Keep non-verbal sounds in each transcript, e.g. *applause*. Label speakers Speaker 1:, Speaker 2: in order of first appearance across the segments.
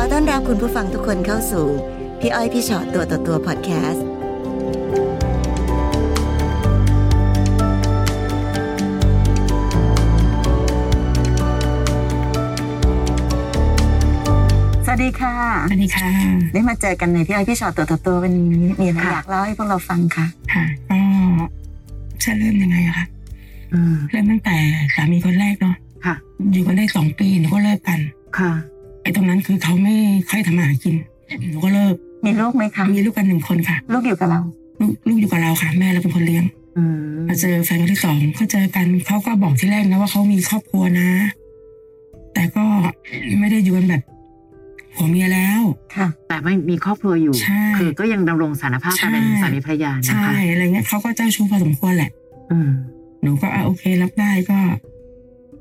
Speaker 1: อต้อนรับคุณผู้ฟังทุกคนเข้าสู่ พี่อ้อยพี่ชอตตัวต่อตัวพอดแคสต์ สวัสดีค่ะ
Speaker 2: สวัสดีค่ะ
Speaker 1: ได้มาเจอกันในพี่อ้อยพี่ชอตตัวต่อตัววันนี้มีอะไร
Speaker 2: ค่ะ
Speaker 1: อยากเล่าให้พวกเราฟังค่ะ
Speaker 2: ค่ะก็จะเริ่มยังไงอะคะ
Speaker 1: อืม
Speaker 2: เริ่มตั้งแต่สามีคนแรกเนาะ
Speaker 1: ค่ะ
Speaker 2: อยู่กันได้สองปีหนูก็เลิกกัน
Speaker 1: ค่ะ
Speaker 2: ไอ้ตรงนั้นคือเขาไม่ค่อยทำมาหากินหนูก็เลิก
Speaker 1: มีลูกไหมคะ
Speaker 2: มีลูกกันหนึ่งคนค่ะ
Speaker 1: ลูกอยู่กับเรา
Speaker 2: ลูกลูกอยู่กับเราค่ะ แม่เราเป็นคนเลี้ยง
Speaker 1: อืม
Speaker 2: มาเจอแฟนคนที่สองเขาเจอกันเขาก็บอกที่แรกนะว่าเขามีครอบครัวนะ แต่ก็ไม่ได้อยู่กันแบบผัวเมียแล้ว
Speaker 1: ค่ะ
Speaker 3: แต่ไม่มีครอบครัวอยู่
Speaker 2: ใช่
Speaker 3: คือก็ยังดำรงสารภาพ
Speaker 2: ใช่
Speaker 3: การเป็นสามีภรรยานะ
Speaker 2: ใช่
Speaker 3: คะ
Speaker 2: อะไรเงี้ยเขาก็เจ้าชู้พอสมควรแหละ
Speaker 3: อืม
Speaker 2: หนูก็อ่ะโอเครับได้ก็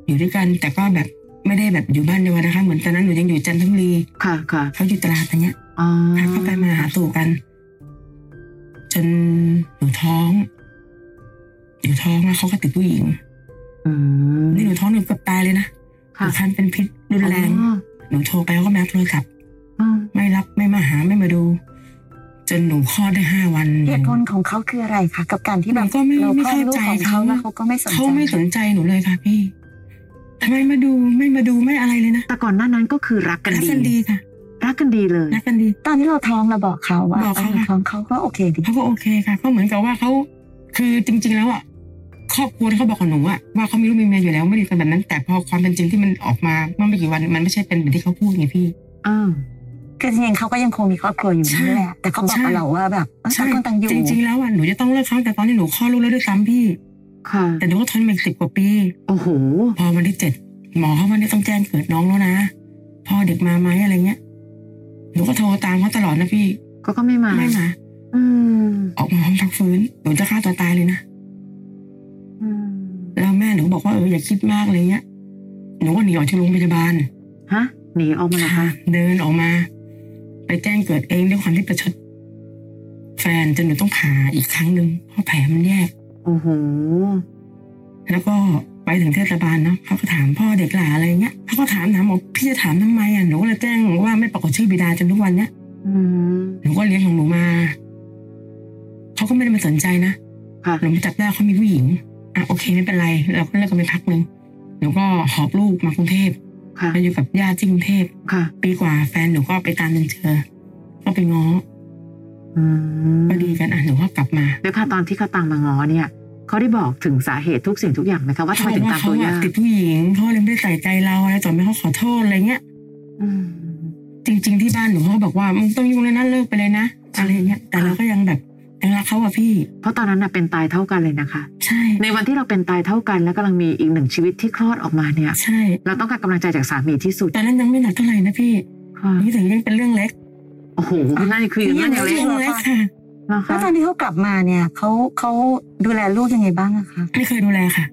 Speaker 2: อยู่ด้วยกัน แต่ก็แบบไม่ได้แบบอยู่บ้านเดียวกันนะคะ เหมือนตอนนั้นหนูยังอยู่จันทบุรี
Speaker 3: ค่ะค่ะ
Speaker 2: เขาอยู่ตราดอย่างเงี้ย
Speaker 3: อ๋อ
Speaker 2: พาเข้าไปมาหาสู่กัน จนหนูท้องหนูท้องแล้วเขาก็ติดผู้หญิง
Speaker 3: อืม
Speaker 2: นี่หนูท้องหนูเกือบตายเลยนะห
Speaker 3: ค่ะ
Speaker 2: นูคันเป็นพิษรุนแรง
Speaker 3: อ๋อ
Speaker 2: หนูโทรไปเขาก็ไม่รับโทรศัพท์
Speaker 3: อืม
Speaker 2: ไม่รับไม่มาหาไม่มาดู จนหนูคลอดได้ห้าวัน
Speaker 1: เหตุผลของเขาคืออะไรคะกับการที่แบบ
Speaker 2: หนูก็ไม่
Speaker 1: เรา
Speaker 2: ไม่
Speaker 1: คลอด
Speaker 2: เข้า
Speaker 1: ลูก
Speaker 2: ใจ
Speaker 1: ของเขา
Speaker 2: เขา
Speaker 1: แล้วเขาก็ไม่สนใจ
Speaker 2: เขาไม่สนใจหนูเลยค่ะพี่ทำไมมาดูไม่มาดูไม่อะไรเลยนะ
Speaker 3: แต่ก่อนหน้านั้นก็คือรักกัน
Speaker 2: รัก
Speaker 3: ดี
Speaker 2: กันดีค่ะ
Speaker 3: รักกันดีเลย
Speaker 2: รักกันดี
Speaker 1: ตอนที่เราท้องเราบอกเขาว่า
Speaker 2: บอกเขา
Speaker 1: เออท้องเขาก็โอเคดี
Speaker 2: เขาก็โอเคค่ะเขาเหมือนกับว่าเขาคือจริง ๆ แล้วอ่ะครอบครัวที่เขาบอกกับหนูอะว่าเขามีลูกมีเมียอยู่แล้วไม่ได้เป็นแบบนั้น แต่พอความเป็นจริงที่มันออกมาเมื่อไม่กี่วันมันไม่ใช่เป็นแบบที่เขาพูดไงพี่
Speaker 3: อ้าว
Speaker 1: คือจริงๆเขาก็ยังคงมีครอบครัวอยู่
Speaker 2: ใช่
Speaker 1: นั่นแหละแต่เขาบอกกับ
Speaker 2: ใช่
Speaker 1: เราว่าแบบเออต่างคนต่างอยู่
Speaker 2: จริง ๆ แล้วอ่ะหนูจะต้องเลิกเขาตั้งแต่ตอนที่หนูคลอดลูกแล้วด้วยซ้ำพี่
Speaker 3: ค่ะ
Speaker 2: แต่หนูก็ทนมาอีกสิบกว่าปี
Speaker 3: โอ้โห
Speaker 2: พอวันที่เจ็ดหมอเขาว่าเนี่ยต้องแจ้งเกิดน้องแล้วนะพ่อเด็กมาไหมอะไรเงี้ยหนูก็โทรตามเขาตลอดนะพี่
Speaker 3: ก็ก็ไม่มา
Speaker 2: ไม่มา
Speaker 3: อืม
Speaker 2: ออกมาห้องพักฟื้นหนูจะฆ่าตัวตายเลยนะ
Speaker 3: อืม
Speaker 2: แล้วแม่หนูบอกว่าเอออย่าคิดมากอะไรเงี้ยหนูก็หนีออกจากโรงพยาบาล
Speaker 3: ฮะหนีออกมาแล้ว
Speaker 2: ค่ะ
Speaker 3: คะ
Speaker 2: เดินออกมา ไปแจ้งเกิดเองด้วยความที่ประชดแฟนจนหนูต้องผ่าอีกครั้งหนึ่งเพราะแผลมันแยก
Speaker 3: โอ้โห
Speaker 2: แล้วก็ไปถึงเทศบาลเนาะเขาก็ถามพ่อเด็กหลาอะไรเงี้ยเขาก็ถามถามบอกพี่จะถามทำไมอ่ะหนูก็เลยแจ้งว่าไม่ปรากฏชื่อบิดาจนทุกวันเนี้ย
Speaker 3: อืม
Speaker 2: หนูก็เลี้ยงของหนูมาเขาก็ไม่ได้มาสนใจนะ
Speaker 3: ค่ะ
Speaker 2: หนูจับได้เขามีผู้หญิงอ่ะโอเคไม่เป็นไรเราก็เลิกกันไปพักหนึ่งหนูก็หอบลูกมากรุงเทพ
Speaker 3: ค่ะ
Speaker 2: มาอยู่กับญาติที่กรุงเทพ
Speaker 3: ค่ะ
Speaker 2: ปีกว่าแฟนหนูก็ไปตามจนเจอก็ไปง้อ
Speaker 3: อืม
Speaker 2: ก็ดีกันอ่ะหนูก็กลับมา
Speaker 3: เดี๋ยวค่ะตอนที่เขาตามมาง้อเนี่ยเขาได้บอกถึงสาเหตุทุกสิ่งทุกอย่างไหมคะว่าทำไมถึง
Speaker 2: ว่า
Speaker 3: ตาม
Speaker 2: เขา
Speaker 3: ตั
Speaker 2: อยาย
Speaker 3: วาก ก
Speaker 2: ติดผู้หญิงเขาเลยไม่ได้ใส่ใจเราอะไรต่อไม่เขาขอโทษอะไรเงี้ย
Speaker 3: อืม
Speaker 2: จริง ๆที่บ้านหนูเขาก็บอกว่ามึงต้องยุ่งเลยนะเลิกไปเลยนะอะไรเงี้ยแต่เราก็ยังแบบยังรักเขาอะพี่
Speaker 3: เพราะตอนนั้นน่ะเป็นตายเท่ากันเลยนะคะ
Speaker 2: ใช่
Speaker 3: ในวันที่เราเป็นตายเท่ากันแล้วกำลังมีอีกหนึ่งชีวิตที่คลอดออกมาเนี่ย
Speaker 2: ใช่
Speaker 3: เราต้องการกำลังใจจากสามีที่สุด
Speaker 2: ตอนนั้นยังไม่หนักเท่าไหร่นะพี่
Speaker 3: ค่ะ
Speaker 2: นี่ถึงยังเป็นเรื่องเล็ก
Speaker 3: โอ้โหนั่นคือนั่นอย่างเล็ก
Speaker 2: เรื่องเล็กค่ะ
Speaker 3: นะ
Speaker 1: แล้ว
Speaker 3: คะ
Speaker 1: ตอนที่เขากลับมาเนี่ยเขาเขาดูแลลูกยังไงบ้างอะคะ
Speaker 2: ไม่เคยดูแลค่ะ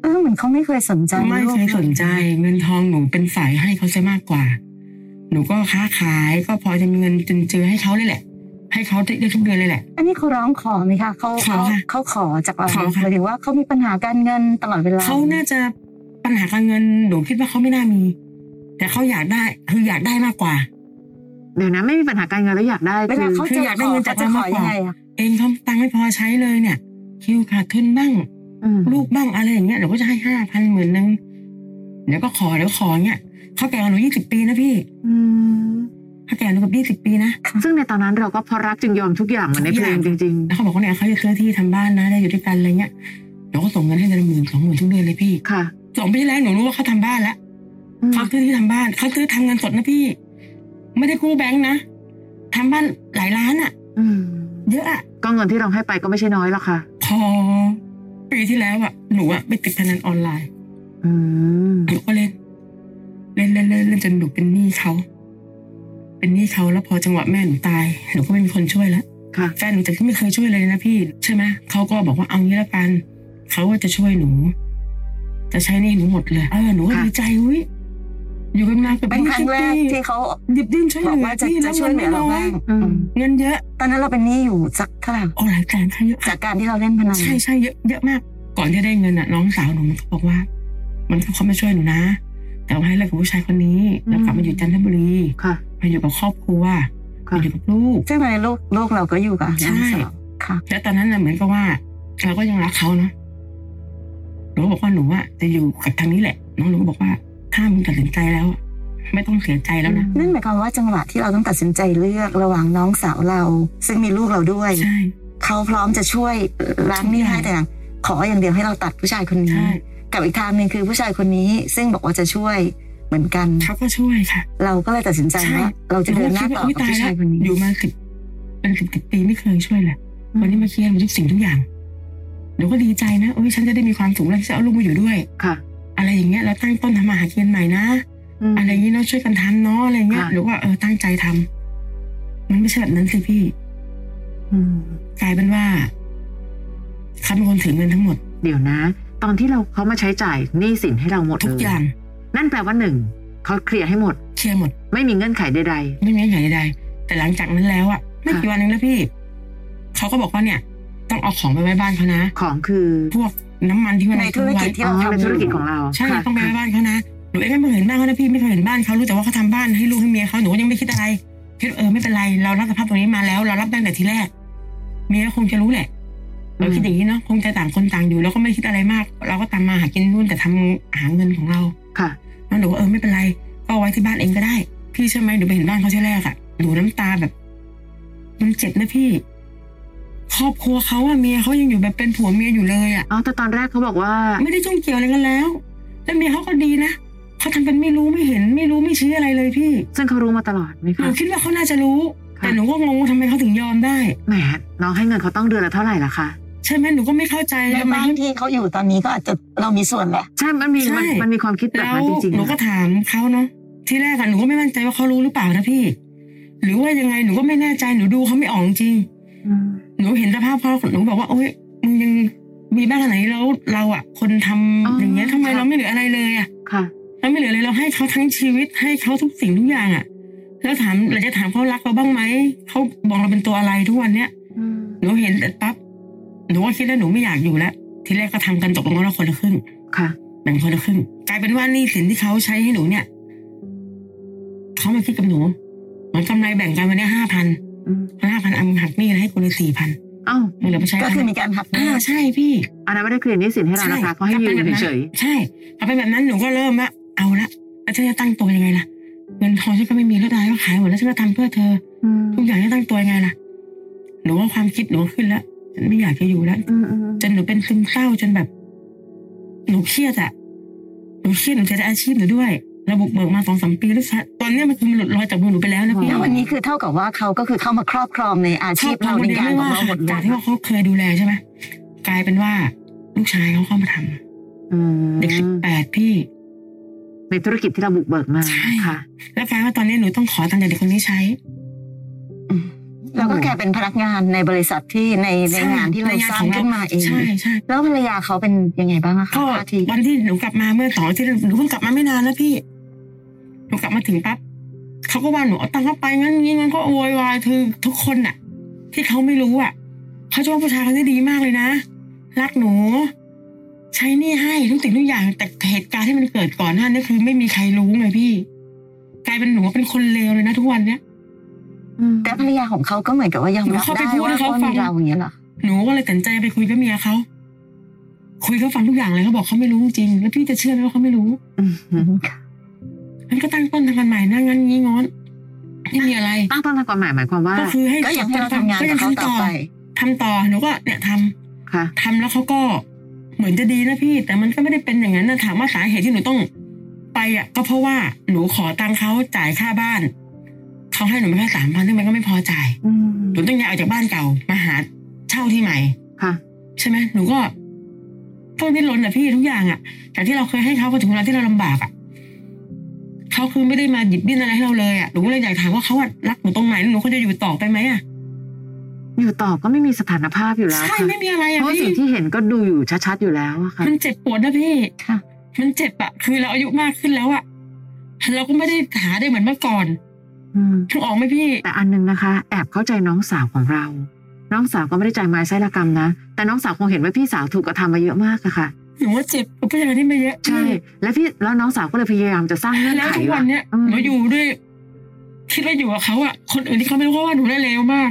Speaker 1: เออเหมือนเขาไม่เคยสนใจ
Speaker 2: ไม่
Speaker 1: ลูก
Speaker 2: เคยสนใจเงินทองหนูเป็นฝ่ายให้เขาซะมากกว่า หนูก็ค้าขายก็พอจะมีเงินจนเจอให้เขาเลยแหละ ให้เขาได้ทุกเดือนเลยแหละ
Speaker 1: อันนี้เขาร้องขอไหมคะเขา
Speaker 2: ขอ
Speaker 1: เขา
Speaker 2: ค่ะ
Speaker 1: เขาขอจากเรา
Speaker 2: ขอค่ะ
Speaker 1: หมายถึงว่าเขามีปัญหาการเงินตลอดเวลา
Speaker 2: เขาน่าจะปัญหาการเงินหนูคิดว่าเขาไม่น่ามี แต่เขาอยากได้คืออยากได้มากกว่า
Speaker 3: เดี๋ยวนะไม่มีปัญหาการเงินแล้วอยากได้
Speaker 1: เวลา
Speaker 3: คือ
Speaker 1: เขา
Speaker 2: คือ
Speaker 1: จะ
Speaker 2: อยาก
Speaker 1: ข
Speaker 2: ได้
Speaker 1: อ
Speaker 2: เงิน
Speaker 1: เขา
Speaker 2: จาก
Speaker 1: จะ
Speaker 2: เรา
Speaker 1: ขอ
Speaker 2: มากกว่า
Speaker 1: ยังไงอะ
Speaker 2: เองเขาตังค์ไม่พอใช้เลยเนี่ย คิวขาดทุนบ้าง
Speaker 3: อืม
Speaker 2: ลูกบ้างอะไรอย่างเงี้ยหนูก็จะให้ห้าพันหมื่นนึงเดี๋ยวก็ขอเดี๋ยวขอเงี้ยเขาแก่กว่าหนูยี่สิบปีนะพี่
Speaker 3: อืม
Speaker 2: เขาแก่กว่าหนูกับยี่สิบ20 ปีนะ
Speaker 3: ซึ่งในตอนนั้นเราก็เพอรักจึงยอมทุกอย่างเหมือนในเพลงจริง
Speaker 2: แล้วเขาบอกว่าเนี่ยเขาจะซื้อที่ทำบ้านนะได้อยู่ด้วยกันอะไรเงี้ยหนูก็ส่งเงินให้เดือนละหมื่นสองหมื่นทุกเดือนเลยพี่
Speaker 3: ๆ ค่ะ
Speaker 2: สองปีที่แล้วหนูรู้ว่าเขาทำบ้านแล้ว
Speaker 3: อืม
Speaker 2: เขาซื้อที่ทำบ้านเขาซื้อทำเงินสดนะพี่ ไม่ได้กู้แบงค์นะทำบ้านหลายล้านอะ
Speaker 3: อืม
Speaker 2: เยอะอะ
Speaker 3: ก็เงินที่เราให้ไปก็ไม่ใช่น้อยแล้วค่ะ
Speaker 2: พอปีที่แล้วอะหนูอะไปติดพนันออนไลน์
Speaker 3: อืม
Speaker 2: หนูก็เล่นเล่นเล่นเล่นเล่นจนหนูเป็นหนี้เขาเป็นหนี้เขาแล้วพอจังหวะแม่หนูตายหนูก็ไม่มีคนช่วยแล้ว
Speaker 3: ค่ะ
Speaker 2: แฟนหนูจากที่ไม่เคยช่วยเลยนะพี่ใช่ไหมเขาก็บอกว่าเอางี้ละกันเขาก็จะช่วยหนู จะใช้หนี้หนูหมดเลยเออหนูก็
Speaker 3: ค่ะ
Speaker 2: ดีใจอุ้ยอยู่กันมาเกือบ
Speaker 1: เป็นครั้งแรก
Speaker 2: 20ปี
Speaker 1: ที่เขา
Speaker 2: หยิบยื่นช่วยเห
Speaker 1: บ
Speaker 2: ลื
Speaker 1: อก
Speaker 2: อ
Speaker 1: ว่าจะ
Speaker 2: พี่
Speaker 1: จะ
Speaker 2: แว
Speaker 1: ช่วยเหลือเรา
Speaker 2: งินไม่น้
Speaker 1: บ้าง
Speaker 2: ย
Speaker 3: อืม
Speaker 2: เงินเยอะ
Speaker 1: ตอนนั้นเราเป็นหนี้อยู่สักเท่าไหร่
Speaker 2: โอ้หลายแสนค่ะเยอะ
Speaker 1: จากการที่เราเล่นพนัน
Speaker 2: ใช่ใช่เยอะเยอะมาก ก่อนที่จะได้เงินอ่ะน้องสาวหนูมันก็บอกว่า มันเขามาช่วยหนูนะ แต่ แต่ว่าให้เลิกกับผู้ชายคนนี้แล้วกลับมาอยู่จันทบุรี
Speaker 3: ค่ะ
Speaker 2: มาอยู่กับครอบครัว
Speaker 3: ค่ะ
Speaker 2: มาอยู่กับลูก
Speaker 4: ซึ่งในโลกโลกเราก็อยู่กับ
Speaker 2: ใช่
Speaker 4: น้องสาวค่ะ
Speaker 2: แล้วตอนนั้นน่ะเหมือนกับว่าเราก็ยังรักเขาเนาะหนูก็บอกว่าหนูอะจะอยู่กับทางนี้แหละ น้องหนูก็บอกว่า ถ้ามึงตัดสินใจแล้วอะไม่ต้องเสียใจแล้วนะ
Speaker 4: นั่นหมายความว่าจังหวะที่เราต้องตัดสินใจเลือกระหว่างน้องสาวเรา ซึ่งมีลูกเราด้วย
Speaker 2: ใช่
Speaker 4: เขาพร้อมจะช่วยล้างหนี้ให้แต่อย่างขออย่างเดียวให้เราตัดผู้ชายคนนี้
Speaker 2: ใช่
Speaker 4: กับอีกทางหนึ่งคือผู้ชายคนนี้ ซึ่งบอกว่าจะช่วยเหมือนกัน
Speaker 2: เขาก็ช่วยค่ะ
Speaker 4: เราก็เลยตัดสินใจ
Speaker 2: ใช่
Speaker 4: ว่าเราจะเดินหน้าต่อ
Speaker 2: หนูก็คิ
Speaker 4: กับผู้
Speaker 2: ดว่อุ๊ยตายแล้
Speaker 4: ชา
Speaker 2: วย
Speaker 4: คนนี้
Speaker 2: อยู่มาสิบเป็นสิบสิบปีไม่เคยช่วยเลย
Speaker 4: อืม
Speaker 2: วันนี้มาเคลียร์หมดทุกสิ่งทุกอย่างหนูก็ดีใจนะโอ้ยฉันจะได้มีความสุขแล้วที่จะเอาลูกมาอยู่ด้วย
Speaker 3: ค่ะ
Speaker 2: อะไรอย่างเงี้ยเราตั้งต้นทำมาหากินใหม่นะ อะไรอย่างงี้เนาะช่วยกันทำเนาะอะไรเงี้ย
Speaker 3: ค่ะ
Speaker 2: หรือว่าเออตั้งใจทำมันไม่ใช่แบบนั้นสิพี่
Speaker 4: อืม
Speaker 2: กลายเป็นว่าเขาเป็นคนถือเงินทั้งหมด
Speaker 3: เดี๋ยวนะ ตอนที่เราเขามาใช้จ่ายหนี้สินให้เราหมด
Speaker 2: ทุ
Speaker 3: เล
Speaker 2: ก
Speaker 3: ย
Speaker 2: อย่าง
Speaker 3: นั่นแปลว่าหนึ่งเขาเคลียร์ให้หมด
Speaker 2: เคลียร์หมด
Speaker 3: ไม่มีเงื่อนไขใด
Speaker 2: ไม่มีอย่างใดๆแต่หลังจากนั้นแล้วอะไม่
Speaker 3: ค่ะ
Speaker 2: กี่วันเองนะพี่เขาก็บอกว่าเนี่ย ต้องเอาของไปไว้บ้านเขานะ
Speaker 3: ๆ ของคือ
Speaker 2: พวกน้ำมันที่ว่า
Speaker 4: ในธุรกิจที่
Speaker 3: อ๋
Speaker 4: เราทำ
Speaker 3: อเป็นธุรกิจ
Speaker 4: ยู่
Speaker 3: ของเรา
Speaker 2: ใช่
Speaker 3: ค่ะ
Speaker 2: ต้องไปไว้บ้านเขานะหนูเองก็ไม่เคยเห็นบ้านเขานะพี่ไม่เคยเห็นบ้านเขารู้แต่ว่าเขาทำบ้านให้ลูกให้เมียเขาหนูก็ยังไม่คิดอะไรคิดว่าเออไม่เป็นไรเรารับสภาพตรงนี้มาแล้ว เรารับตั้งแต่ทีแรก เมียก็คงจะรู้แหละ เราคิดอย่างนี้เนาะคงจะต่างคนต่างอยู่แล้วก็ไม่คิดอะไรมาก เราก็ตามมาหากินนู่นแต่ทำหาเงินของเรา
Speaker 3: ค่ะ
Speaker 2: แล้วหนูก็เออไม่เป็นไรก็เอาไว้ที่บ้านเองก็ได้ พี่เชื่อไหมหนูไปเห็นบ้านเขาที่แรกอะหนูน้ำตาแบบ มันเจ็บนะพี่ ครอบครัวเขาอะเมียเขายังอยู่แบบเป็นผัวเมียอยู่เลยอะ
Speaker 3: อ๋อแต่ตอนแรกเขาบอกว่า
Speaker 2: ไม่ได้จุ่งเกี่ยวอะไรกันแล้วแล้วเมียเขาก็ดีนะเขาทำเป็นไม่รู้ไม่เห็น ไม่รู้ไม่ชี้อะไรเลยพี่
Speaker 3: ซึ่งเขารู้มาตลอดไหม
Speaker 2: หนู
Speaker 3: คะ
Speaker 2: คิดว่าเขาน่าจะรู้
Speaker 3: ค่ะ
Speaker 2: แต่หนูก็งงว่าทำไมเขาถึงยอมได้
Speaker 3: แหมน้องให้เงินเขาต้องเดือนละเท่าไหร่ล่ะคะ
Speaker 2: ใช่ไหมหนูก็ไม่เข้าใจ
Speaker 4: ใน
Speaker 2: ทำไม
Speaker 4: บ้าน
Speaker 2: ถึง
Speaker 4: ที่เขาอยู่ตอนนี้ก็อาจจะเรามีส่วนแหละ
Speaker 3: ใช่ มันมี
Speaker 2: ใช่
Speaker 3: มันมันมีความคิดแบ
Speaker 2: แล้
Speaker 3: บ
Speaker 2: ว
Speaker 3: นั้นจริง
Speaker 2: หนู
Speaker 3: ๆ
Speaker 2: ก็
Speaker 3: นะ
Speaker 2: ถามเขาเนาะทีแรกอะหนูก็ไม่มั่นใจว่าเขารู้หรือเปล่านะพี่ หรือว่ายังไงหนูก็ไม่แน่ใจหนูดูเขาไม่ออกจริง
Speaker 3: อืม
Speaker 2: หนูเห็นสภาพเขาหนูบอกว่าโอ๊ยมึงยังมีบ้านขนาดนี้แล้วเราอะคนทำอย่างเงี้ยทำไมเราไม่เหลืออะไรเลยอะ
Speaker 3: ค่ะ
Speaker 2: เราไม่เหลืออะไรเราให้เขาทั้งชีวิตให้เขาทุกสิ่งทุกอย่างอะแล้วถามเราจะถามเขารักเราบ้างไหมเขาบอกเราเป็นตัวอะไรทุกวันเนี้ยหนูเห็นแต่ปั๊บหนูก็คิดแล้วหนูไม่อยากอยู่แล้วทีแรกก็ทำกันตกลงกันแล้วคนละครึ่ง
Speaker 3: ค่ะ
Speaker 2: แบ่งคนละครึ่งกลายเป็นว่าหนี่สินที่เขาใช้ให้หนูเนี่ยเขามาคิดกับหนูเหมือนกำไรแบ่งกันวันเนี้ห้าพัน
Speaker 3: อืม
Speaker 2: ห้าพันอันหักหนี่ให้กูเลยสี่พัน
Speaker 3: เอ้า
Speaker 2: มันเหลือไปใช้
Speaker 4: ก็
Speaker 2: อัน
Speaker 4: คือมีการหักห
Speaker 2: อ่า
Speaker 4: น้า
Speaker 2: ใช่พี่
Speaker 3: อันนั้นไม่ได้เคลียร์หนี้สินให้เรานะคะเขาให้ยืมเฉย
Speaker 2: ใช่พอเป็นแบบนั้นหนูก็เริ่มละเอาละแล้วฉันจะตั้งตัวยังไงล่ะเงินทองฉันก็ไม่มีแล้วนายก็ขายหมดแล้วฉันก็ทำเพื่อเธอ
Speaker 3: ๆอืม
Speaker 2: ทุกอย่างจะตั้งตัวยังไงล่ะหนูว่าความคิดหนูขึ้นแล้วฉันไม่อยากจะอยู่แล้ว
Speaker 3: อืมอืม
Speaker 2: จนหนูเป็นซึมเศร้าจนแบบ หนูเครียดอะหนูเครียดหนูจะได้อาชีพหนูด้วยระบุกเบิกมาสองสามปีแล้วซะตอนเนี้ยมันคือมันหลุดลอยจากมือหนูไปแล้วนะพี่
Speaker 4: แล้ววันนี้คือเท่ากับว่าเขาก็คือเข้ามาครอบครองในอาชีพเราใน
Speaker 2: เดีย
Speaker 4: งาน
Speaker 2: ไม่
Speaker 4: ของ
Speaker 2: ว่า
Speaker 4: เราหมดเล
Speaker 2: จาก
Speaker 4: ย
Speaker 2: ที่ว่าเขาเคยดูแลใช่ไหมกลายเป็นว่า ลูกชายเขาเข้ามาทำ
Speaker 3: อืม
Speaker 2: เด็กสิบแปดพี่
Speaker 3: ในธุรกิจที่เราบุกเบิกมา
Speaker 2: ใช่
Speaker 3: ค่ะ
Speaker 2: แล้วกลายว่าตอนนี้หนูต้องขอตังค์จากเด็กคนนี้ใช้
Speaker 4: อืมเราก็แกเป็นพนักงานในบริษัทที่ในในงานที่เราสร้างขึ้นมาเอง
Speaker 2: ใช่ใช่
Speaker 4: แล้วภรรยาเขาเป็นยังไงบ้างอะคะ
Speaker 2: ก็
Speaker 4: ท่าที
Speaker 2: วันที่หนูกลับมาเมื่อสองอาที่หนูเพิ่งกลับมาไม่นานนะพี่หนูกลับมาถึงปั๊บเขาก็ว่าหนูเอาตังค์เข้าไปงั้นงี้งั้นก็โวยวายคือทุกคนอะที่เขาไม่รู้อะเขาชอบผู้ชายคนนี้ดีมากเลยนะรักหนู ใช้หนี่ให้ทุกสิ่งทุกอย่างแต่เหตุการณ์ที่มันเกิดก่อนหน้านี้คือไม่มีใครรู้ไงพี่ กลายเป็นหนูเป็นคนเลวเลยนะทุกวันเนี้ย
Speaker 4: แต่ภรรยาของเขาก็เหมือนกับว่ายอมรับ
Speaker 2: หนูเข้าไป
Speaker 4: ได้
Speaker 2: พูดให้
Speaker 4: ว่า
Speaker 2: เขา
Speaker 4: ว่า
Speaker 2: ฟั
Speaker 4: มี
Speaker 2: ง
Speaker 4: เราอย่างเงี้ยเหรอ
Speaker 2: หนูก็เลยตัดสินใจไปคุยกับเมียเขาคุยเขาฟังทุกอย่างเลยเขาบอกเขาไม่รู้จริง แล้วพี่จะเชื่อไหมว่าเขาไม่รู้งั้นก็ตั้งต้นทางกันใหม่นะงั้นงี้งอนไม่มีอะไร
Speaker 3: ตั้งต้นทางความหมายหมายความว่า
Speaker 2: ก็คือให้
Speaker 4: ก็อยากให้เราทำงานกับเขาต่อไป
Speaker 2: ทำต่อหนูก็เนี่ยทำ
Speaker 3: ค่ะ
Speaker 2: ทำแล้วเขาก็เหมือนจะดีนะพี่ แต่มันก็ไม่ได้เป็นอย่างนั้นนะถามว่าสาเหตุที่หนูต้อง ไปอ่ะ ก็เพราะว่าหนูขอตังค์เขาจ่ายค่าบ้านเขาให้หนูมาแค่สามพันซึ่งมันก็ไม่พอจ่ายหนูต้องย้ายออกจากบ้านเก่ามาหาเช่าที่ใหม่
Speaker 3: ค่ะ
Speaker 2: ใช่ไหมหนูก็ต้องดิ้นรนอะพี่ทุกอย่างอะจากที่เราเคยให้เขาพอถึงเวลาที่เราลำบากอะเขาคือไม่ได้มาหยิบดิ้นอะไรให้เราเลยอะหนูก็เลยอยากถามว่าเขาอะรักหนูตรงไหนหนูเขาจะอยู่ต่อไปไหมอะ
Speaker 3: อยู่ต่อก็ไม่มีสถานภาพอยู่แล้ว
Speaker 2: ใช่
Speaker 3: ค่ะ
Speaker 2: ไม่มีอะไรอะ
Speaker 3: เพราะ
Speaker 2: พี่
Speaker 3: สิ่งที่เห็นก็ดูอยู่ชัดๆอยู่แล้วอะค่ะ
Speaker 2: มันเจ็บปวดนะพี่
Speaker 4: ค่ะ
Speaker 2: มันเจ็บอะคือเราอายุมากขึ้นแล้วอะเราก็ไม่ได้หาได้เหมือนเมื่อก่อน
Speaker 3: อืม
Speaker 2: ถูกออกไหมพี่
Speaker 3: แต่อันหนึงนะคะ แอบเข้าใจน้องสาวของเรา น้องสาวก็ไม่ได้ใจไม้ไส้ละกรรมนะ แต่น้องสาวคงเห็นว่าพี่สาวถูกกระทำมาเยอะมากอะค่ะ
Speaker 2: หนูว่าเจ็บกับผู้ชายที่ไม่เยอะ
Speaker 3: ใช่ แล้วพี่แล้วน้องสาวก็เลยพยายามจะสร้างเงื่อน
Speaker 2: แล้ว
Speaker 3: ไข
Speaker 2: ทุกวันเนี้ย
Speaker 3: อืม
Speaker 2: หนูอยู่ด้วยคิดว่าอยู่กับเขาอะคนอื่นที่เขาไม่รู้เขาว่าหนูได้เลวมาก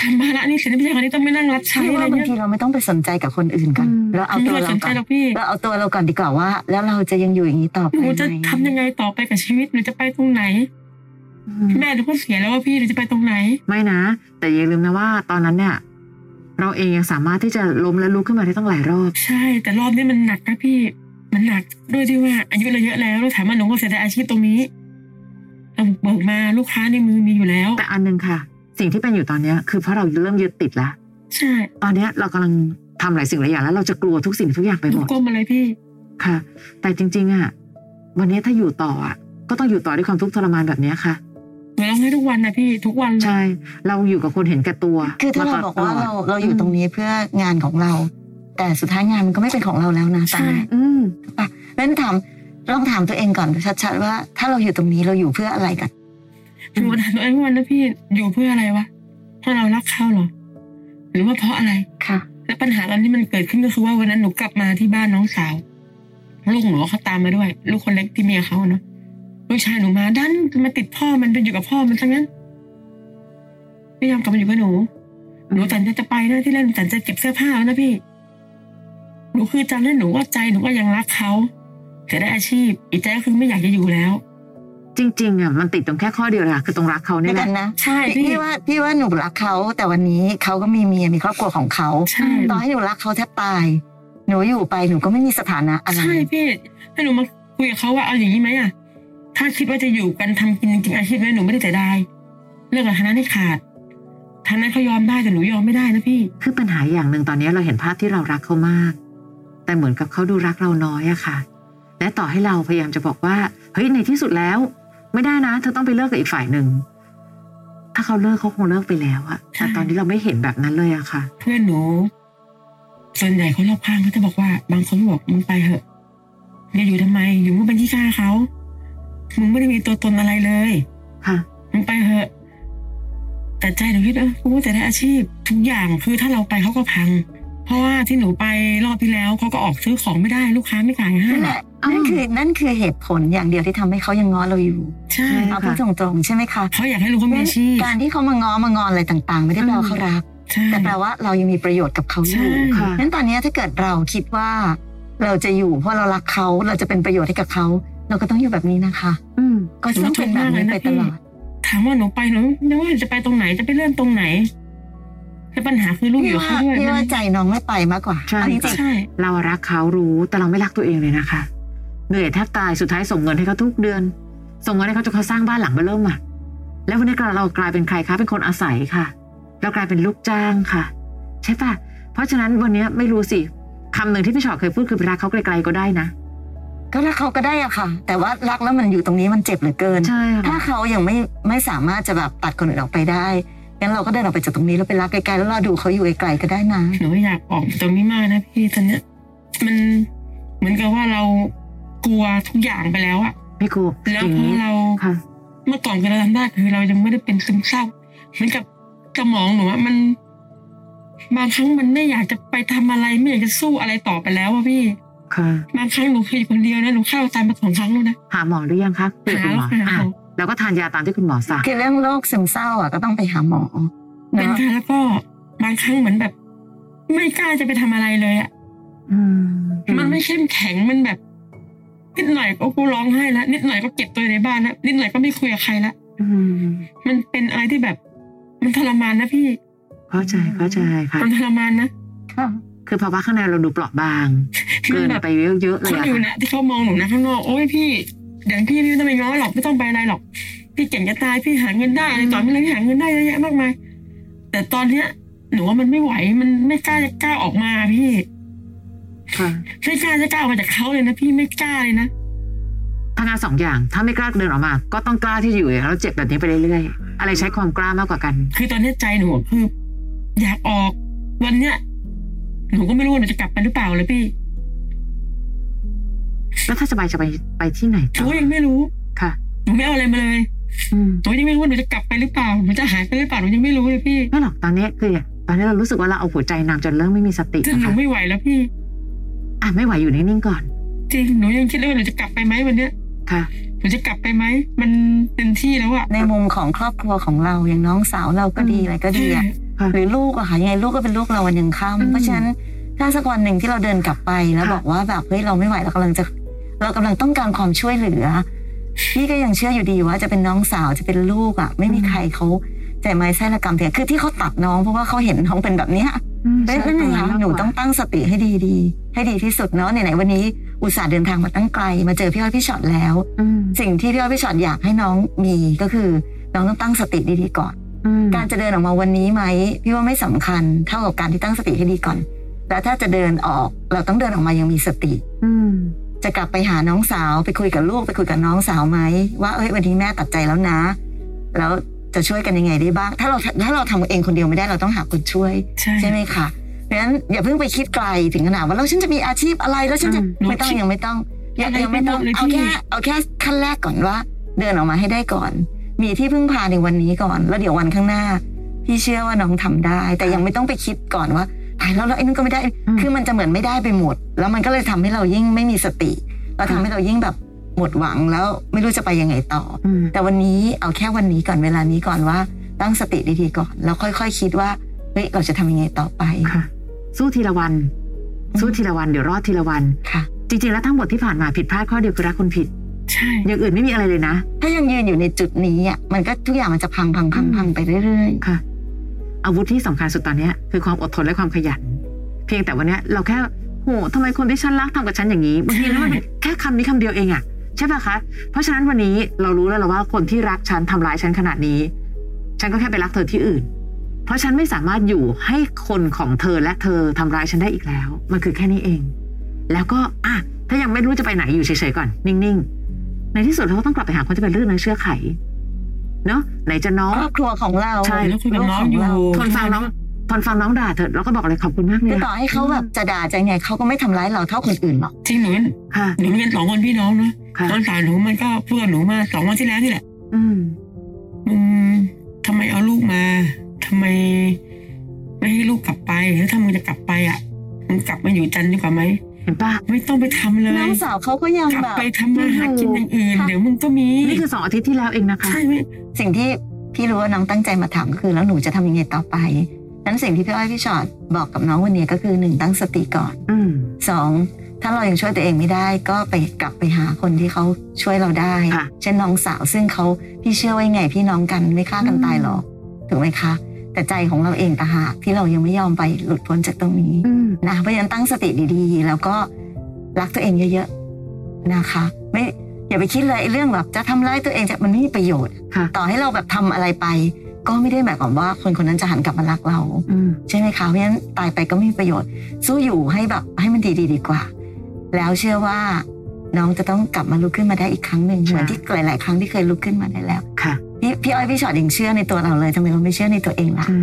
Speaker 2: ทำภาระหนี่สินที่ผู้ชายคนนี้ต้องไม่นั่งรับใช้
Speaker 4: พี่
Speaker 2: อะไร
Speaker 4: ว่าบาง
Speaker 2: เนี่ย
Speaker 4: ทีเราไม่ต้องไปสนใจกับคนอื่นกันเราเอา
Speaker 2: ทำ
Speaker 4: ตัว
Speaker 2: ให้เรา
Speaker 4: เรา
Speaker 2: สนใจ
Speaker 4: ก่อน
Speaker 2: หรอกพี่
Speaker 4: เราเอาตัวเราก่อนดีกว่าว่า แล้วเราจะยังอยู่อย่างนี้ต่อไป
Speaker 2: หนูจะ
Speaker 4: ไหม
Speaker 2: ทำยังไงต่อไปกับชีวิตหนูจะไปตรงไหน
Speaker 3: อืม
Speaker 2: แม่หนูก็เสียแล้วว่าพี่หนูจะไปตรงไหน
Speaker 3: ไม่นะ แต่อย่าลืมนะว่าตอนนั้นเนี่ย เราเองยังสามารถที่จะล้มและลุกขึ้นมาได้ตั้งหลายรอบ
Speaker 2: ใช่ แต่รอบนี้มันหนักนะพี่ มันหนักด้วยที่ว่าอายุเราเยอะแล้วแล้วถามว่าหนูก็เสียดายอาชีพตรงนี้เราบุกเบิกมาลูกค้าในมือมีอยู่แล้ว
Speaker 3: แต่อันหนึงค่ะ สิ่งที่เป็นอยู่ตอนเนี้ยคือเพราะเราเริ่มยึดติดแล้ว
Speaker 2: ใช่
Speaker 3: ตอนเนี้ยเรากำลังทำหลายสิ่งหลายอย่างแล้วเราจะกลัวทุกสิ่งทุกอย่างไป
Speaker 2: ห
Speaker 3: ห
Speaker 2: นู
Speaker 3: มด
Speaker 2: ก้มมาเลยพี่
Speaker 3: ค่ะ แต่จริง ๆอ่ะวันเนี้ยถ้าอยู่ต่ออ่ะก็ต้องอยู่ต่อด้วยความทุกข์ทรมานแบบเนี้ยค่ะ
Speaker 2: หนูร้องไห้ทุกวันนะพี่ ทุกวันเลย
Speaker 3: ใช่ เราอยู่กับคนเห็นแก่ตัว
Speaker 4: คือถ้าเรา
Speaker 3: มต
Speaker 4: บอกว่า
Speaker 3: ตล
Speaker 4: เรา
Speaker 3: ด
Speaker 4: เราอยู่ตรงนี้เพื่องานของเรา แต่สุดท้ายงานมันก็ไม่เป็นของเราแล้วนะตอน
Speaker 2: ใช่
Speaker 4: นี้
Speaker 3: อืม
Speaker 4: นั้นถามลองถามตัวเองก่อนชัดๆว่า ถ้าเราอยู่ตรงนี้เราอยู่เพื่ออะไรกัน
Speaker 2: หนู *laughs* ถามตัวเองทุกวันนะพี่อยู่เพื่ออะไรวะเพราะเรารักเขาเหรอ หรือว่าเพราะอะไร
Speaker 4: ค่ะ
Speaker 2: และปัญหาตอนที่มันเกิดขึ้นก็คือว่าวันนั้นหนูกลับมาที่บ้านน้องสาวลูกหนูเขาตามมาด้วย ลูกคนเล็กที่เมียเขาเนาะลูกชายหนูมาดันมาติดพ่อมันไปอยู่กับพ่อมันซะงั้นไม่ยอมกลับมาอยู่กับหนู หนูตัดใจจะไปนะที่แรกหนูตัดใจเก็บเสื้อผ้าแล้วนะพี่ หนูคือจำได้หนูว่าใจหนูก็ยังรักเขาแต่ได้อาชีพ อีกใจก็คือไม่อยากจะอยู่แล้ว
Speaker 3: จริงๆอ่ะมันติดตรงแค่ข้อเดียวเลยค่ะคือตรงรักเขา
Speaker 4: ด้
Speaker 3: เนี่
Speaker 4: วยยกั
Speaker 3: แหละ
Speaker 4: นนะ
Speaker 2: ใช่
Speaker 4: พี่
Speaker 2: พี่
Speaker 4: พี่ว่าพี่ว่าหนูรักเขาแต่วันนี้เขาก็มีเมียมีครอบครัวของเขา
Speaker 2: ใช่
Speaker 4: ต่อให้หนูรักเขาแทบตาย หนูอยู่ไปหนูก็ไม่มีสถานะอะไร
Speaker 2: ใช่พี่ให้หนูมาคุยกับเขาว่าเอาอย่างนี้ไหมอะถ้าคิดว่าจะอยู่กันทำกินจริงๆอาชีพนี้หนูไม่ได้แต่ได้เลิกกับทางนั้นให้ขาดทางนั้นเขายอมได้แต่หนูยอมไม่ได้นะพี่
Speaker 3: คือปัญหาอย่างหนึ่งตอนนี้เราเห็นภาพที่เรารักเขามาก แต่เหมือนกับเขาดูรักเราน้อยอะค่ะ และต่อให้เราพยายามจะบอกว่าเฮ้ยในที่สุดแล้ว ไม่ได้นะเธอต้องไปเลิกกับอีกฝ่ายหนึ่งถ้าเขาเลิกเขาคงเลิกไปแล้วอะแต่ตอนนี้เราไม่เห็นแบบนั้นเลยอะค่ะ
Speaker 2: เพื่อนหนู ส่วนใหญ่คนรอบข้างเขาจะบอกว่า บางคนก็บอกมึงไปเถอะจะอยู่ทำไม อยู่มึงเป็นที่ฆ่าเขามึงไม่ได้มีตัวตนอะไรเลย
Speaker 3: ค่ะ
Speaker 2: มึงไปเถอะ แต่ใจหนูคิดเออกูก็จะได้อาชีพ ทุกอย่างคือถ้าเราไปเขาก็พัง เพราะว่าที่หนูไปรอบที่แล้วเขาก็ออกซื้อของไม่ได้ลูกค้าไม่ขายให้
Speaker 4: นั่นแหละนั่นคือนั่นคือเหตุผลอย่างเดียวที่ทำให้เขายังง้อเราอยู่
Speaker 2: ใช่
Speaker 3: ใช่
Speaker 4: เอาพูดตรงๆใช่ไหมคะ
Speaker 2: เขาอยากให้รู้เขามีอาชีพ
Speaker 4: การที่เขามาง้อมางอนอะไรต่างๆ ไม่ได้แปลว่าเขารัก
Speaker 2: ใช่
Speaker 4: แต่แปลว่าเรายังมีประโยชน์กับเขาอ
Speaker 2: ใช่
Speaker 4: ยู่
Speaker 3: ค่ะ
Speaker 4: นั้นตอนเนี้ยถ้าเกิดเราคิดว่า เราจะอยู่เพราะเรารักเขาเราจะเป็นประโยชน์ให้กับเขา เราก็ต้องอยู่แบบนี้นะคะ
Speaker 3: อืม
Speaker 4: ก็ต้องเป็นแบบนี้ไปตลอด
Speaker 2: ถามว่าหนูไปหนูไม่ว่าจะไปตรงไหนจะไปเริ่มตรงไหนแต่ปัญหาคือลูกอ
Speaker 4: พี่
Speaker 2: ยู่กับ
Speaker 4: ว่า
Speaker 2: เขาด้วย
Speaker 4: พี่ว่าใจน้องไม่ไปมากกว่า
Speaker 3: ใช่
Speaker 4: เอาจริง
Speaker 2: ใช่
Speaker 3: เรารักเขารู้แต่เราไม่รักตัวเองเลยนะคะ เหนื่อยแทบตายสุดท้ายส่งเงินให้เขาทุกเดือน ส่งเงินให้เขาจนเขาสร้างบ้านหลังเบ้อเริ่มอะแล้ววันนี้เรากลายเป็นใครคะเป็นคนอาศัยค่ะ เรากลายเป็นลูกจ้างค่ะ ใช่ปะเพราะฉะนั้นวันนี้ไม่รู้สิคำหนึ่งที่พี่ชอตเคยพูดคือไปรักเขาไกลๆก็ได้นะ
Speaker 4: ๆก็รักเขาก็ได้อะค่ะ แต่ว่ารักแล้วมันอยู่ตรงนี้มันเจ็บเหลือเกิน
Speaker 3: ใช่
Speaker 4: ถ้า
Speaker 3: ค่ะ
Speaker 4: เขายังไม่ไม่สามารถจะแบบตัดคนอื่นออกไปได้งั้นเราก็เดินออกไปจากตรงนี้แล้วไปรักไกลๆแล้วเราดูเขาอยู่ไกลๆก็ได้นะ
Speaker 2: หนูอยากออกตรงนี้มากนะพี่ตอนเนี้ยมันเหมือนกับว่าเรากลัวทุกอย่างไปแล้วอะ
Speaker 3: พี่ครู
Speaker 2: แล้ว
Speaker 3: อย่าง
Speaker 2: พอ
Speaker 3: นี้
Speaker 2: เรา
Speaker 3: ค่ะ
Speaker 2: เมื่อก่อนคือเราทำได้คือเรายังไม่ได้เป็นซึมเศร้าเหมือนกับสมองหนูว่ามัน บางครั้งมันไม่อยากจะไปทำอะไรไม่อยากจะสู้อะไรต่อไปแล้วอะพี่
Speaker 3: ค่ะ
Speaker 2: บางครั้งหนูเคยอยู่คนเดียวนะหนูเข้าตามมาสองครั้งแล้วนะ
Speaker 3: หาหมอหรือยังคะคุยกับคุณหมอ
Speaker 2: หาแล้วค่ะ
Speaker 3: อ่ะแล้วก็ทานยาตามที่คุณหมอสั่ง
Speaker 4: คือเรื่องโรคซึมเศร้าอ่ะก็ต้องไปหาหมอ
Speaker 2: เป็น
Speaker 4: เนาะ
Speaker 2: ครั้งแล้วก็บางครั้งเหมือนแบบ ไม่กล้าจะไปทำอะไรเลยอะ
Speaker 3: อืม
Speaker 2: มันไม่เข้มแข็งมันแบบ นิดหน่อยก็กูร้องไห้แล้วนิดหน่อยก็เก็บตัวอยู่ในบ้านแล้วนิดหน่อยก็ไม่คุยกับใครละ
Speaker 3: อืม
Speaker 2: มันเป็นอะไรที่แบบ มันทรมานนะพี่
Speaker 3: เข้าใจเข้าใจค่ะ
Speaker 2: มันทรมานนะ
Speaker 3: คือภาวะข้างในเราดูเปราะบาง เกิน
Speaker 2: มันแบบ
Speaker 3: ไปเยอะๆเล
Speaker 2: คน
Speaker 3: ยอะ
Speaker 2: อยู่
Speaker 3: ค่ะ
Speaker 2: นะที่เขามองหนูนะข้างนอกโอ้ยพี่อย่างพี่พี่ไม่ต้องไปง้อหรอกไม่ต้องไปอะไรหรอก พี่เก่งจะตายพี่หาเงินได้อะไรต่อไม่เลยหาเงินได้เยอะแยะมากมายแต่ตอนเนี้ยหนูว่ามันไม่ไหวมันไม่กล้าจะกล้าออกมาพี่
Speaker 3: ค่ะ
Speaker 2: ไม่กล้าจะกล้าออกมาจากเขาเลยนะพี่ไม่กล้าเลยนะ
Speaker 3: ทำงานสองอย่าง ถ้าไม่กล้าเดินออกมา ก็ต้องกล้าที่จะอยู่อย่างนั้นแล้วเจ็บแบบนี้ไปเรื่อยๆ อะไรใช้ความกล้ามากกว่ากัน
Speaker 2: คือตอนเนี้ยใจหนูอะคือ อยากออกวันเนี้ยหนูก็ไม่รู้ว่าหนูจะกลับไปหรือเปล่าเลยพี่
Speaker 3: แล้วถ้าสบายจะไปไปที่ไหน
Speaker 2: หนู
Speaker 3: ต่อ
Speaker 2: ก็ยังไม่รู้
Speaker 3: ค่ะ
Speaker 2: หนูไม่เอาอะไรมาเลย
Speaker 3: อืม
Speaker 2: หนูยังไม่รู้ว่าหนูจะกลับไปหรือเปล่าหนูจะหายไปหรือเปล่าหนูยังไม่รู้เลยพี่
Speaker 3: ไม่หรอกตอนนี้คือตอนนี้เรารู้สึกว่าเราเอาหัวใจนำจนเริ่มไม่มีสติ
Speaker 2: จน
Speaker 3: นะ
Speaker 2: หนู
Speaker 3: คะ
Speaker 2: ไม่ไหวแล้วพี่
Speaker 3: อ่ะไม่ไหวอยู่นิ่งๆก่อน
Speaker 2: จริงหนูยังคิดเลยว่าหนูจะกลับไปไหมวันเนี้ย
Speaker 3: ค่ะ
Speaker 2: หนูจะกลับไปไหมมันเต็มที่แล้วอะ
Speaker 4: ในมุมของครอบครัวของเราอย่างน้องสาวเราก็ดี
Speaker 3: อืม
Speaker 4: อะไรก็ดีอะ
Speaker 3: ค่ะ
Speaker 4: หรือลูกอะค่ะยังไงลูกก็เป็นลูกเราวันหนึ่ง
Speaker 3: อืม
Speaker 4: ค่ำเพราะฉะนั้นถ้าสักวันหนึ่งที่เราเดินกลับไปแล้ว
Speaker 3: ค่ะ
Speaker 4: บอกว่าแบบเฮ้ยเราไม่ไหวเรากำลังจะ เรากำลังต้องการความช่วยเหลือพี่ก็ยังเชื่ออยู่ดีว่าจะเป็นน้องสาวจะเป็นลูกอะไม่มีใครเขาใจไม้ไส้ระกำเถียคือที่เขาตัดน้องเพราะว่าเขาเห็นน้องเป็นแบบเนี้ย
Speaker 3: อืม
Speaker 4: ไม่ไม่
Speaker 3: ใช่
Speaker 4: ไม่
Speaker 3: ตร
Speaker 4: ค่ะ
Speaker 3: มากกว่า
Speaker 4: หนูต้องตั้งสติให้ดีดีๆให้ดีที่สุดเนาะไหนๆวันนี้อุตส่าห์เดินทางมาตั้งไกล มาเจอพี่อ้อยพี่ช็อตแล้ว
Speaker 3: อืม
Speaker 4: สิ่งที่พี่อ้อยพี่ช็อตอยากให้น้องมีก็คือ น้องต้องตั้งสติดีๆก่อน
Speaker 3: อืม
Speaker 4: การจะเดินออกมาวันนี้ไหมพี่ว่าไม่สำคัญเท่ากับการที่ตั้งสติให้ดีก่อน แล้วถ้าจะเดินออกเราต้องเดินออกมายังมีสติ
Speaker 3: อืม
Speaker 4: จะกลับไปหาน้องสาวไปคุยกับลูกไปคุยกับน้องสาวไหมว่าเอ้ยวันนี้แม่ตัดใจแล้วนะ แล้วจะช่วยกันยังไงได้บ้าง ถ้าเราถ้าเราทำเองคนเดียวไม่ได้เราต้องหาคนช่วย
Speaker 2: ใช่
Speaker 4: ใช่ไหมคะเพราะฉะนั้นอย่าเพิ่งไปคิดไกลถึงขนาดว่าแล้วฉันจะมีอาชีพอะไรแล้วฉันจะไม่ต้องยังไม่ต้องยังยังไม่ต้องเอาแค่เอาแค่ขั้นแรกก่อนว่า เดินออกมาให้ได้ก่อน มีที่พึ่งพาในวันนี้ก่อน แล้วเดี๋ยววันข้างหน้าพี่เชื่อว่าน้องทำได้ แต่ยังไม่ต้องไปคิดก่อนว่าตายแล้วแล้วไอ้นั่นก็ไม่ได้ คือมันจะเหมือนไม่ได้ไปหมด แล้วมันก็เลยทำให้เรายิ่งไม่มีสติ เราทำให้เรายิ่งแบบหมดหวังแล้วไม่รู้จะไปยังไงต่อ
Speaker 3: อืม
Speaker 4: แต่วันนี้เอาแค่วันนี้ก่อนเวลานี้ก่อนว่า ตั้งสติดีๆก่อน แล้วค่อยๆคิดว่าเฮ้ยเราจะทำยังไงต่อไป
Speaker 3: ค่ะสู้ทีละวัน
Speaker 4: อืม
Speaker 3: สู้ทีละวัน เดี๋ยวรอดทีละวัน
Speaker 4: ค่ะ
Speaker 3: จริงๆ แล้วทั้งหมดที่ผ่านมาผิดพลาดข้อเดียวคือรักคนผิด
Speaker 2: ใช่
Speaker 3: อย่างอื่นไม่มีอะไรเลยนะ
Speaker 4: ถ้ายังยืนอยู่ในจุดนี้อ่ะมันก็ทุกอย่างมันจะพังพังพังพังไปเรื่อย
Speaker 3: ค่ะ อาวุธที่สำคัญสุดตอนเนี้ยคือความอดทนและความขยัน เพียงแต่วันเนี้ยเราแค่โหทำไมคนที่ฉันรักทำกับฉันอย่างนี้บางทีแล้วมันเป็นแค่คำนี้คำเดียวเองอะใช่ปะคะ เพราะฉะนั้นวันนี้เรารู้แล้วล่ะว่าคนที่รักฉันทำร้ายฉันขนาดนี้ ฉันก็แค่ไปรักเธอที่อื่น เพราะฉันไม่สามารถอยู่ให้คนของเธอและเธอทำร้ายฉันได้อีกแล้ว มันคือแค่นี้เอง แล้วก็อ่ะถ้ายังไม่รู้จะไปไหนอยู่เฉยๆก่อน นิ่งๆ ในที่สุดเราก็ต้องกลับไปหาคนที่เป็นเรื่องเนื้อเชื่อไข เนอะไหนจะน้อ
Speaker 4: ๆ
Speaker 3: ง
Speaker 4: ครอบครัวของเรา
Speaker 3: ใช่
Speaker 2: แล้วคุยกับน้อง
Speaker 4: ลูข
Speaker 2: อยู่
Speaker 4: เรา
Speaker 3: ทนฟังน้องทนฟังน้องด่าเถอะแล้วก็บอกเลยขอบคุณมากเลย
Speaker 4: คือต่อให้เขาแบบจะด่าจะยังไงเขาก็ไม่ทำร้ายเราเท่าคนอื่นหรอก
Speaker 2: จริงหนูเป็น
Speaker 3: ค่ะ
Speaker 2: หนูเป็นสองคนพี่น้องเนอะ
Speaker 3: ค่ะ
Speaker 2: น้องสาวหนูมันก็พูดกับหนูมาสองวันที่แล้วนี่แหละ
Speaker 3: อืม
Speaker 2: อืมทำไมเอาลูกมาทำไม ไม่ให้ลูกกลับไปแล้วถ้ามึงจะกลับไปอ่ะมึงกลับมาอยู่จันทร์ดีกว่าไหม
Speaker 3: เห็นปะ
Speaker 2: ไม่ต้องไปทำเลย
Speaker 4: น้องสาวเขาก็ยัง
Speaker 2: กลับ
Speaker 4: แบบ
Speaker 2: ไปทำมาหากินอย่างอื่น
Speaker 4: ค่ะ
Speaker 2: เดี๋ยวมึงก็มี
Speaker 3: นี่คือสองอาทิตย์ที่แล้วเองนะคะ
Speaker 2: ใช่ไหม
Speaker 4: สิ่งที่พี่รู้ว่าน้องตั้งใจมาถามก็คือแล้วหนูจะทำยังไงต่อไปนั้นสิ่งที่พี่อ้อยพี่ชอตบอกกับน้องวันนี้ก็คือหนึ่งตั้งสติก่อน
Speaker 3: อืม
Speaker 4: สองถ้าเรายังช่วยตัวเองไม่ได้ก็ไปกลับไปหาคนที่เขาช่วยเราได้
Speaker 3: ค่ะ
Speaker 4: เช่นน้องสาวซึ่งเขาพี่เชื่อว่ายังไงพี่น้องกันไม่ฆ่ากันตายหรอกถูกไหมคะ แต่ใจของเราเองต่างหากที่เรายังไม่ยอมไปหลุดพ้นจากตรงนี้
Speaker 3: อืม
Speaker 4: นะเพราะฉะนั้นตั้งสติดีๆ แล้วก็รักตัวเองเยอะๆนะคะ ไม่อย่าไปคิดเลยไอ้เรื่องแบบจะทำร้ายตัวเองจะมันไม่มีประโยชน์
Speaker 3: ค่ะ
Speaker 4: ต่อให้เราแบบทำอะไรไป ก็ไม่ได้หมายความว่าคนคนนั้นจะหันกลับมารักเรา
Speaker 3: อืม
Speaker 4: ใช่ไหมคะเพราะฉะนั้นตายไปก็ไม่มีประโยชน์ สู้อยู่ให้แบบให้มันดีดีดีกว่า แล้วเชื่อว่าน้องจะต้องกลับมาลุกขึ้นมาได้อีกครั้งหนึ่ง
Speaker 3: ค่ะ
Speaker 4: เหมือนที่หลาย ๆ ครั้งที่เคยลุกขึ้นมาได้แล้ว
Speaker 3: ค่ะ
Speaker 4: พี่พี่อ้อยพี่ชอตยังเชื่อในตัวเราเลยทำไมเราไม่เชื่อในตัวเองล่ะ
Speaker 3: ใช่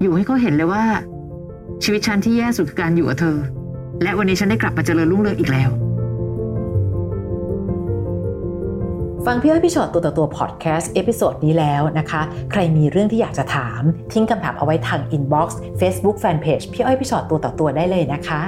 Speaker 3: อยู่ให้เขาเห็นเลยว่า ชีวิตฉันที่แย่สุดคือการอยู่กับเธอ และวันนี้ฉันได้กลับมาเจริญรุ่งเรืองอีกแล้ว
Speaker 5: ฟังพี่อ้อยพี่ชอตตัวต่อตัวพอดแคสต์เอพิโซดนี้แล้วนะคะ ใครมีเรื่องที่อยากจะถาม ทิ้งคำถามเอาไว้ทางอินบ็อกซ์เฟซบุ๊กแฟนเพจพี่อ้อยพี่ชอตตัวต่อตัวได้เลยนะคะ